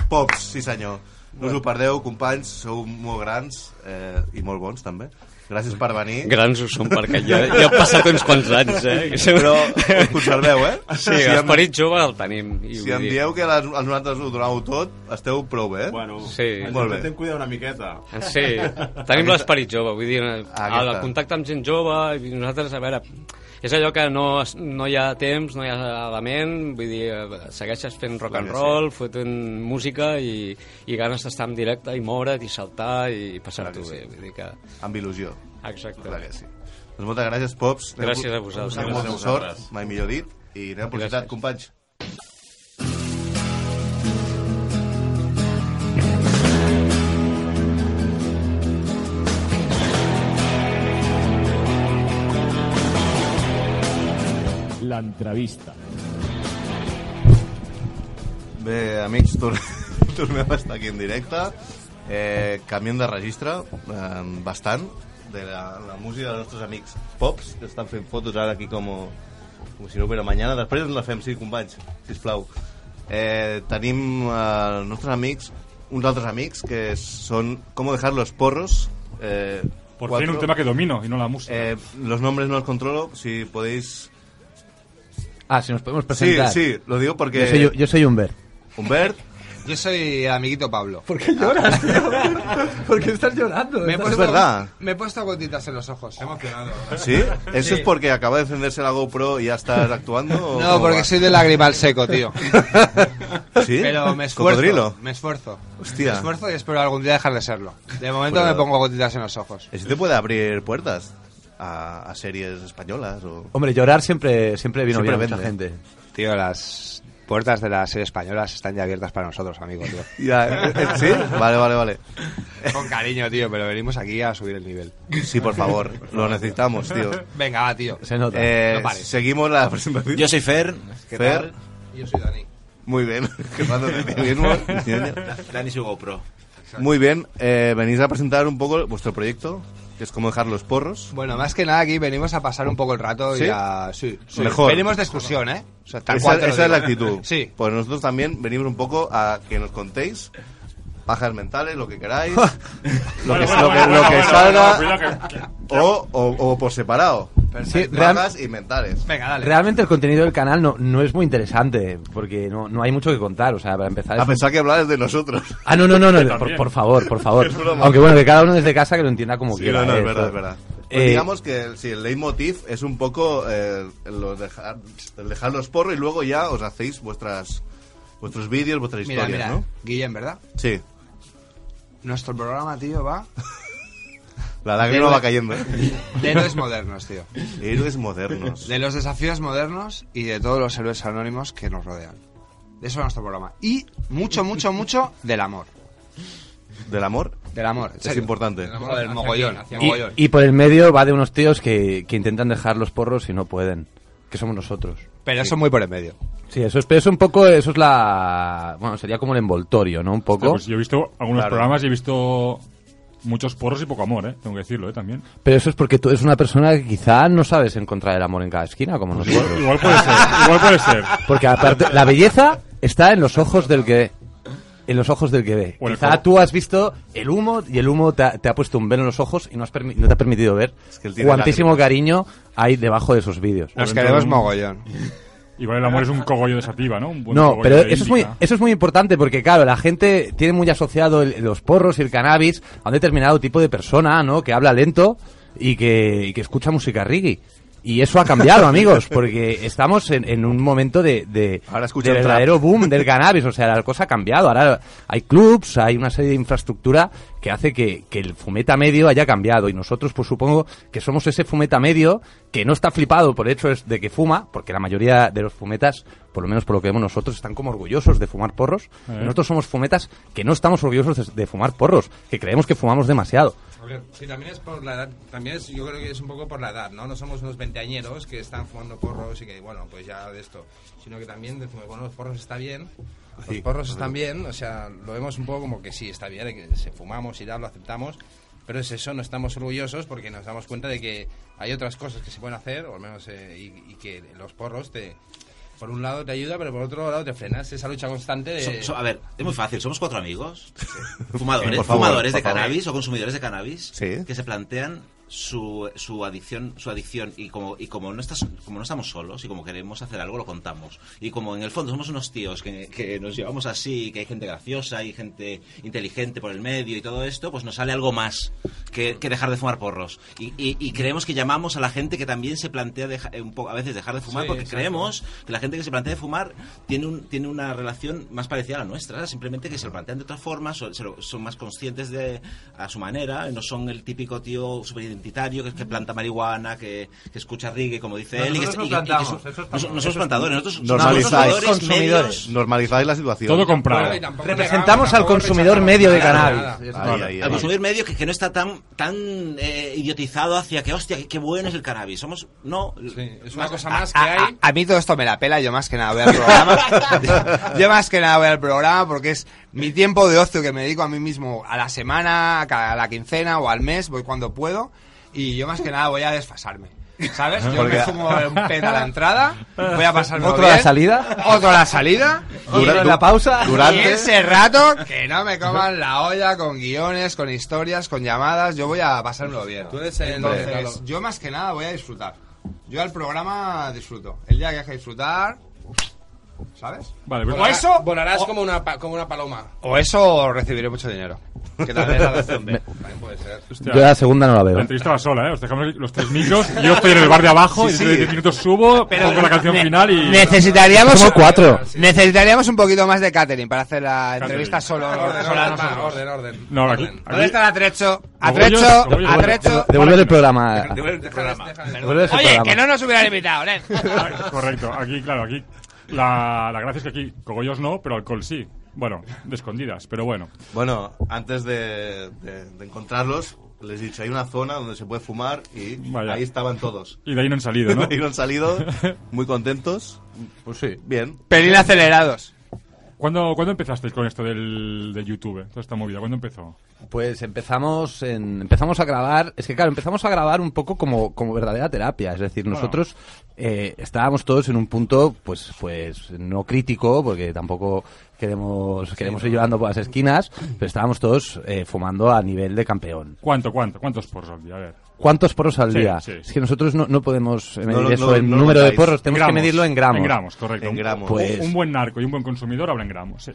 B: Pops, sí senyor. No us ho perdeu, companys, sou molt grans eh, i molt bons, també. Gràcies per venir.
F: Grans ho són perquè ja, ja han passat uns quants anys, eh?
B: Però us conserveu, eh?
F: Sí, si
B: em-
F: l'esperit jove el tenim. I
B: Si
F: vull
B: em
F: dir-
B: dieu que les, els nosaltres ho donàveu tot, esteu prou bé. Bueno.
E: Bueno,
F: Sí.
E: ens
B: Molt bé.
E: intentem cuidar una miqueta.
F: Ah, Sí, tenim l'esperit jove, vull dir, el
B: Ah, Aquesta.
F: contacte amb gent jove, i nosaltres, a veure, és allò que no, es- no hi ha temps, no hi ha element, vull dir, eh, segueixes fent rock and
B: que
F: roll, fotent música i, i ganes d'estar en directe i moure't i saltar i passar-t'ho bé, vull dir que...
B: Amb il·lusió.
F: Exacte.
B: Clar que sí. Doncs moltes gràcies, Pops. Anem-
F: Gràcies a vosaltres.
B: Anem
E: Gràcies
B: molta
E: a vosaltres.
B: sort, mai millor dit. I anem a publicitat,
F: Gràcies.
B: companys.
I: L'entrevista.
B: Bé, amics, tor tornem a estar aquí en directe. Eh, canviem de registre eh, bastant de la, la música dels nostres amics Pops, que estan fent fotos ara aquí com, com si no hubiera mañana. Després ens la fem, sí, companys, sisplau. Eh, tenim eh, els nostres amics, uns altres amics, que són Com dejar los porros. Eh,
C: Por
B: cuatro-
C: fin un tema que domino y no la música.
B: Eh, los nombres no los controlo, si podéis...
J: Ah, si nos podemos
B: Sí,
J: presentar.
B: sí, lo digo porque...
J: Yo soy, yo soy Humbert.
B: Humbert,
J: Yo soy el amiguito Pablo.
K: ¿Por qué lloras, tío? ¿Por qué estás llorando?
J: Me he
K: Estás-
J: puesto,
B: verdad.
J: Me he puesto gotitas en los ojos. Emocionado.
B: ¿Sí? ¿Eso es porque acaba de encenderse la GoPro y ya estás actuando? o
J: No,
B: cómo
J: porque
B: va?
J: soy de lagrimal seco, tío.
B: ¿Sí?
J: Pero me esfuerzo.
B: ¿Cocodrilo?
J: Me esfuerzo.
B: Hostia.
J: Me esfuerzo y espero algún día dejar de serlo. De momento
B: Pero-
J: me pongo gotitas en los ojos.
B: Eso te puede abrir puertas a, a series españolas o...
G: Hombre, llorar siempre, siempre vino
B: Siempre
G: bien a mucha
B: vende.
G: gente.
J: Tío, las puertas de la serie española están ya abiertas para nosotros, amigo, tío.
B: Ya, eh, eh, ¿sí? Vale, vale, vale.
J: Con cariño, tío, pero venimos aquí a subir el nivel.
B: Sí, por favor, lo necesitamos, tío.
J: Venga, va, tío.
B: Eh,
J: No pares.
B: seguimos la presentación.
J: Yo soy Fer. ¿Qué
B: Fer,
J: tal? Yo soy Dani.
B: muy bien. Quemando de ti mismo, ñoño.
L: Dani su GoPro.
B: Muy bien, eh, venís a presentar un poco vuestro proyecto, que es como dejar los porros.
J: Bueno, más que nada aquí venimos a pasar un poco el rato
B: ¿Sí?
J: y a... Sí, sí.
B: Mejor.
J: Venimos de excursión, ¿eh? O sea, tal
B: esa
J: cual te lo
B: esa es la
J: digo. ¿eh?
B: actitud.
J: Sí.
B: Pues nosotros también venimos un poco a que nos contéis pajas mentales, lo que queráis, lo
M: Bueno,
B: que,
M: bueno,
B: lo que-
M: bueno,
B: lo que
M: bueno,
B: salga,
M: bueno, cuidado
B: o, o- o por separado.
G: Sí, real-
B: pajas y mentales.
J: Venga,
G: Realmente el contenido del canal no, no es muy interesante, porque no, no hay mucho que contar. O sea, para empezar.
B: A
G: es-
B: pensar que hablabas de nosotros.
G: Ah, no, no, no, no,
B: También.
G: por, por favor, por favor.
B: Es broma.
G: Aunque bueno, que cada uno desde casa que lo entienda como
B: Sí,
G: quiera.
B: no, no,
G: eh,
B: es verdad,
G: esto-
B: es verdad. Pues
G: Eh,
B: digamos que el- sí, el leitmotiv es un poco eh, lo dejar, el dejar los porros y luego ya os hacéis vuestras vuestros vídeos, vuestras
J: Mira,
B: historias,
J: mira,
B: ¿no?
J: Guillem, ¿verdad?
B: Sí,
J: Nuestro programa, tío, va...
B: la lágrima
J: Héroe-
B: va cayendo.
J: De héroes modernos, tío.
B: Héroes modernos.
J: De los desafíos modernos y de todos los héroes anónimos que nos rodean. De eso es nuestro programa. Y mucho, mucho, mucho del amor.
B: ¿Del amor?
J: Del amor.
B: Es importante.
J: Del mogollón. mogollón.
G: y, y por el medio va de unos tíos que, que intentan dejar los porros y no pueden, que somos nosotros.
J: Pero eso muy por el medio.
G: Sí, eso es, pero eso un poco, eso es la... Bueno, sería como el envoltorio, ¿no? Un poco.
C: Pues yo he visto algunos
G: Claro.
C: programas y he visto muchos porros y poco amor, ¿eh? Tengo que decirlo, ¿eh? También.
G: Pero eso es porque tú eres una persona que quizá no sabes encontrar el amor en cada esquina, como nosotros.
C: Igual puede ser, igual puede ser.
G: Pues Porque aparte, la belleza está en los ojos del que ve. En los ojos del que ve.
C: O en el
G: Quizá
C: color.
G: tú has visto el humo y el humo te ha, te ha puesto un velo en los ojos y no, has permi- no te ha permitido ver
B: que él tiene
G: cuantísimo cariño hay debajo de esos vídeos.
J: Nos queremos mogollón.
C: Igual el amor es un cogollo de sativa, ¿no? Un buen
G: No,
C: cogollo
G: pero
C: de
G: eso es, muy,
C: indica.
G: eso es muy importante porque, claro, la gente tiene muy asociado el- los porros y el cannabis a un determinado tipo de persona, ¿no? Que habla lento y que, y que escucha música reggae. Y eso ha cambiado, amigos, porque estamos en, en un momento de, de,
B: escucha
G: de
B: el
G: verdadero
B: trap.
G: boom del cannabis. O sea, la cosa ha cambiado. Ahora hay clubs, hay una serie de infraestructura que hace que, que el fumeta medio haya cambiado. Y nosotros, pues supongo que somos ese fumeta medio que no está flipado por el hecho es- de que fuma, porque la mayoría de los fumetas, por lo menos por lo que vemos nosotros, están como orgullosos de fumar porros.
N: Eh.
G: Y Nosotros somos fumetas que no estamos orgullosos de, de fumar porros, que creemos que fumamos demasiado.
O: Hombre, Sí, también es por la edad, también es, yo creo que es un poco por la edad, ¿no? No somos unos veinteañeros que están fumando porros y que, bueno, pues ya de esto, sino que también decimos, bueno, los porros está bien, los
B: Sí,
O: porros
B: ajá.
O: están bien, o sea, lo vemos un poco como que sí, está bien, de que se fumamos y tal, lo aceptamos, pero es eso, no estamos orgullosos porque nos damos cuenta de que hay otras cosas que se pueden hacer, o al menos, eh, y, y que los porros te... Por un lado te ayuda, pero por otro lado te frenas. Esa lucha constante de...
P: So- so- a ver, es muy fácil. Somos cuatro amigos, fumadores,
B: Eh, Por favor,
P: fumadores de
B: por favor.
P: cannabis o consumidores de cannabis,
B: Sí.
P: que se plantean su, su adicción, su adicción y como y como no estás, como no estamos solos y como queremos hacer algo lo contamos y como en el fondo somos unos tíos que, que nos llevamos así, que hay gente graciosa, hay gente inteligente por el medio y todo esto, pues nos sale algo más que, que dejar de fumar porros y, y- y creemos que llamamos a la gente que también se plantea deja- eh, un poco a veces dejar de fumar
Q: Sí,
P: porque
Q: exacto.
P: creemos que la gente que se plantea de fumar tiene, un, tiene una relación más parecida a la nuestra, simplemente que se lo plantean de otra forma, son, se lo- son más conscientes de a su manera, no son el típico tío superidentitario que, que planta marihuana, que, que escucha reggae, como dice él. y que-
J: Nosotros no
P: y- y- y que
J: plantamos,
P: son-
J: eso estamos.
P: no, son- no somos
J: Eso
P: plantadores, nosotros somos
B: normalizáis,
P: consumidores, medios.
B: normalizáis la situación.
C: Todo comprado.
G: Representamos al consumidor medio de
B: Ahí,
G: cannabis.
B: ahí,
P: al
B: ahí.
P: consumir medio que, que no está tan tan eh, idiotizado hacia que hostia qué, qué bueno es el cannabis somos no
O: es una cosa más
P: que hay
J: A mí todo esto me la pela, yo más que nada voy al programa. yo más que nada voy al programa porque es mi tiempo de ocio que me dedico a mí mismo a la semana, a cada- a la quincena o al mes, voy cuando puedo y yo más que nada voy a desfasarme. ¿Sabes? Yo
G: Porque-
J: me fumo un pedo a la entrada, voy a pasarme
G: ¿Otro a la salida?
J: otro a la salida,
G: Dura-
J: otro
G: du- durante-
J: y ese rato que no me coman la olla con guiones, con historias, con llamadas, yo voy a pasármelo bien.
O: Tú eres el-
J: Entonces,
O: claro.
J: yo más que nada voy a disfrutar. Yo al programa disfruto. El día que hay que disfrutar, ¿Sabes?
C: Vale, pues
J: pero-
R: o eso. Volarás
J: o-
R: como, una, pa- como una paloma.
J: O eso o recibiré mucho dinero. Que tal vez la razón B.
R: También puede ser.
C: Hostia,
G: Yo la segunda no la veo.
C: La entrevista va sola, ¿eh? Os dejamos los tres micros. Yo estoy en el bar de abajo,
J: Sí, sí.
C: y en 10 minutos subo, pongo la canción
J: ne-
C: final y.
J: Necesitaríamos.
G: Somos cuatro.
J: Necesitaríamos un poquito más de catering para hacer la entrevista solo.
R: Orden,
J: sola a
R: orden, va,
J: nosotros.
R: orden, orden.
C: No, aquí-
J: ¿Dónde está el atrecho?
G: Cogollos,
J: Atrecho,
G: cogollos,
J: atrecho.
G: devuelve- Devolver el programa. Devolver ese
J: Oye,
G: programa.
J: que no nos hubieran invitado, ¿eh?
C: ah, Correcto, aquí, claro, aquí. La, la gracia es que aquí cogollos no, pero alcohol sí. Bueno, de escondidas, pero bueno.
B: Bueno, antes de, de- de encontrarlos, les he dicho, hay una zona donde se puede fumar y
C: Vaya.
B: ahí estaban todos.
C: Y de ahí no han salido, ¿no?
B: De ahí no han salido, muy contentos. Pues sí. Bien.
J: Pelín acelerados.
C: ¿Cuándo, ¿Cuándo empezasteis con esto del, de YouTube, eh? toda esta movida? ¿Cuándo empezó?
G: Pues empezamos, en- empezamos a grabar. Es que claro, empezamos a grabar un poco como, como verdadera terapia. Es decir,
C: Bueno.
G: nosotros eh, estábamos todos en un punto, pues, pues no crítico, porque tampoco queremos, queremos ir llorando por las esquinas, pero estábamos todos eh, fumando a nivel de campeón.
C: ¿Cuánto, cuánto? ¿Cuántos porros al día? A ver.
G: ¿Cuántos porros al
C: Sí,
G: día?
C: sí,
G: Es que nosotros no, no podemos medir
C: No lo-
G: eso
C: no-
G: en
C: no lo
G: número de
C: contáis.
G: porros, tenemos que medirlo en gramos.
C: En gramos, correcto.
G: En gramos.
C: Un-
G: Pues-
C: Un buen narco y un buen consumidor habla en gramos, sí.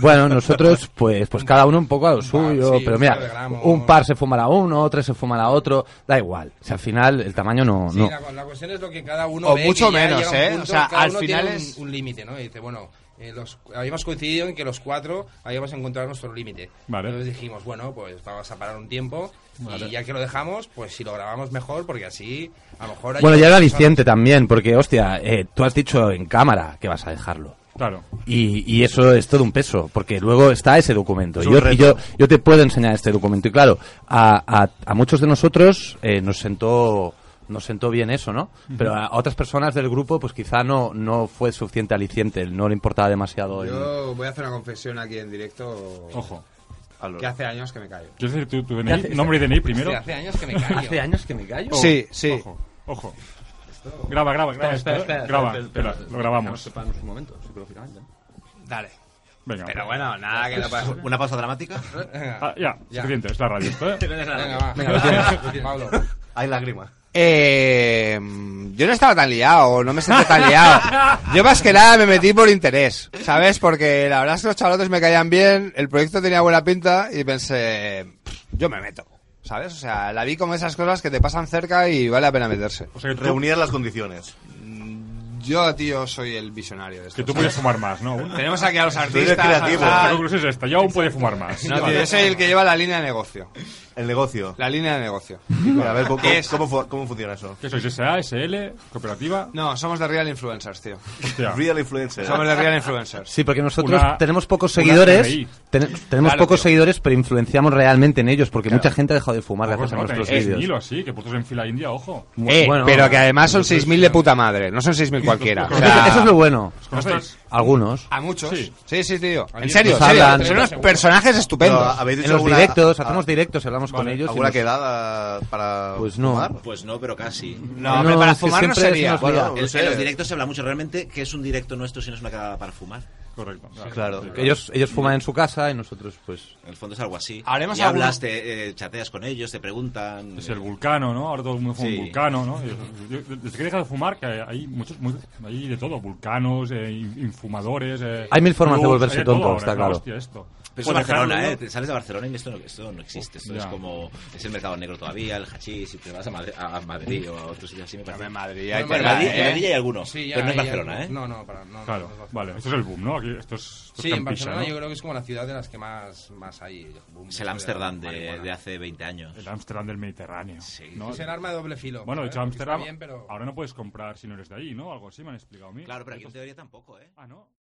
G: Bueno, nosotros, pues, pues cada uno un poco a lo suyo,
C: sí,
G: pero
C: un par de
G: mira,
C: gramos.
G: un par se fumará uno, tres se fumará otro, da igual. O sea, al final el tamaño no.
R: Sí,
G: no.
R: la, la cuestión es lo que cada uno
J: O
R: ve,
J: mucho
R: que ya
J: menos,
R: llega un
J: ¿eh?
R: punto,
J: O sea,
R: cada
J: al
R: uno
J: final
R: tiene
J: es-
R: un, un límite, ¿no? Y dice, bueno, eh, los, habíamos coincidido en que los cuatro habíamos encontrado nuestro límite.
C: Vale.
R: Entonces dijimos, bueno, pues vamos a parar un tiempo
C: Vale.
R: y ya que lo dejamos, pues si lo grabamos mejor, porque así a lo mejor... hay
G: Bueno, ya era
R: otras
G: aliciente también, porque, hostia, eh, tú has dicho en cámara que vas a dejarlo.
C: Claro.
G: Y, y eso es todo un peso, porque luego está ese documento.
C: Es
G: Y
C: un
G: Yo, y
C: reto.
G: yo, yo te puedo enseñar este documento. Y claro, a, a- a muchos de nosotros eh, nos sentó nos sentó bien eso, ¿no?
C: Ujú.
G: Pero a otras personas del grupo, pues quizá no, no fue suficiente aliciente, no le importaba demasiado. el-
J: Yo voy a hacer una confesión aquí en directo.
C: Ojo.
J: Que hace años que me callo.
C: ¿Quieres decir tu, tu
J: ¿Qué
C: DNI?
J: haces?
C: ¿Nombre y DNI primero?
J: Sí, hace años que me callo. ¿Hace años que me callo?
C: Ojo,
J: Sí, sí.
C: Ojo, ojo. Graba, graba, graba.
J: Espera, espera,
C: esto, ¿eh?
J: espera,
C: graba,
J: espera,
C: espera,
J: espera.
C: lo grabamos.
J: Separarnos un momento,
E: psicológicamente.
J: Dale.
C: Venga.
J: Pero bueno, nada, que no pasa.
E: ¿Una pausa dramática?
C: Ah, ya, suficiente, es la radio esto, ¿eh?
R: Venga, va.
J: Venga, va.
R: Pablo.
B: Hay lágrimas.
J: Eh, yo no estaba tan liado, no me sentí tan liado. Yo más que nada me metí por interés, ¿sabes? Porque la verdad es que los chavalotes me caían bien, el proyecto tenía buena pinta y pensé, "Pff, yo me meto, ¿sabes? O sea, la vi como esas cosas que te pasan cerca y vale la pena meterse.
C: O sea, que tú-
B: Reunidas las condiciones.
J: Yo, tío, soy el visionario de esto.
C: Que tú
J: ¿sabes?
C: puedes fumar más, ¿no?
J: Tenemos aquí a los
C: Tú eres
J: artistas,
C: creativo.
J: a tal.
C: La conclusión es esta, yo aún puede fumar más.
J: Ah. No, tío, yo soy el que lleva la línea de negocio.
B: El negocio.
J: La línea de negocio.
B: A ver, ¿cómo,
J: ¿Qué es?
B: cómo fu- cómo funciona eso?
C: ¿Qué sois? ¿SA, SL, cooperativa?
J: No, somos de Real Influencers, tío.
C: Hostia.
B: Real influencer.
J: Somos de Real Influencers.
G: Sí, porque nosotros
J: Una-
G: tenemos pocos
J: una
G: seguidores,
J: CRI.
G: ten- tenemos
J: Claro,
G: pocos seguidores, pero influenciamos realmente en ellos, porque mucha gente ha dejado de fumar
C: Ojo,
G: gracias a pues
C: no,
G: nuestros
C: tenéis
G: vídeos.
C: 6.000 o así, que vosotros en fila india, ojo.
J: Eh, pero que además son 6.000 de puta madre, no son 6.000 cualquiera. O sea,
G: Eso es lo bueno.
J: ¿Los conocéis?
G: ah, Algunos.
J: A muchos.
G: Sí.
J: Sí, sí, tío. En
G: Nos
J: serio, en
G: hablan.
J: serio. Son unos personajes estupendos.
G: En los directos, hacemos directos, hablamos con
J: Pues
G: ellos. y
B: ¿Alguna
G: nos-
B: quedada para
G: Pues no.
B: fumar?
E: Pues no, pero casi.
J: No, hombre, para fumar no sería.
E: Bueno,
B: Bueno,
E: en-
B: no sé.
E: en los directos se habla mucho realmente que es un directo nuestro si no es una quedada para fumar.
C: Correcto.
B: Claro.
G: Que Ellos, ellos fuman en su casa y nosotros, pues.
E: En el fondo es algo así.
J: Haremos
E: y
J: algún-
E: hablas, te eh, chateas con ellos, te preguntan. eh,
C: Es Pues el vulcano, ¿no? Ahora todo el mundo fuma
E: Sí.
C: un vulcano, ¿no? Yo- yo- Desde que he dejado de fumar, que hay muchos, muy- hay de todo, vulcanos, eh, in- infumadores. eh,
G: Hay mil formas de
C: clubs,
G: volverse
C: hay todo
G: tonto,
C: ahora,
G: está
C: es la
G: claro.
C: hostia esto.
E: Pero eso es
C: Bueno,
E: Barcelona,
C: claro,
E: ¿eh? Te sales de Barcelona y esto no, esto no existe. Esto
C: Ya.
E: es como. Es el mercado negro todavía, el hachís. Si te vas a Madrid, a Madrid o a otros sitios así, me parece.
J: Madrid,
E: Bueno,
J: hay
E: en
J: tela,
E: Madrid,
J: ¿eh?
E: en Madrid hay algunos.
R: Sí, ya,
E: pero no es
R: ya,
E: Barcelona,
R: ya.
E: ¿eh?
R: No, no, para- no, no,
C: Claro,
R: no es Barcelona.
C: vale. Esto es el boom, ¿no? Aquí, esto es, esto es
R: Sí, en
C: Campixa,
R: Barcelona
C: ¿no?
R: yo creo que es como la ciudad de las que más, más hay. boom,
E: Es el Ámsterdam de, de hace 20 años.
C: El Ámsterdam del Mediterráneo. Sí.
R: Es el arma de doble filo.
C: Bueno, de hecho,
R: ¿eh?
C: Ámsterdam
R: Está bien, pero-
C: ahora no puedes comprar si no eres de ahí, ¿no? Algo así me han explicado a mí.
E: Claro, pero aquí en teoría tampoco, ¿eh?
C: Ah, ¿no?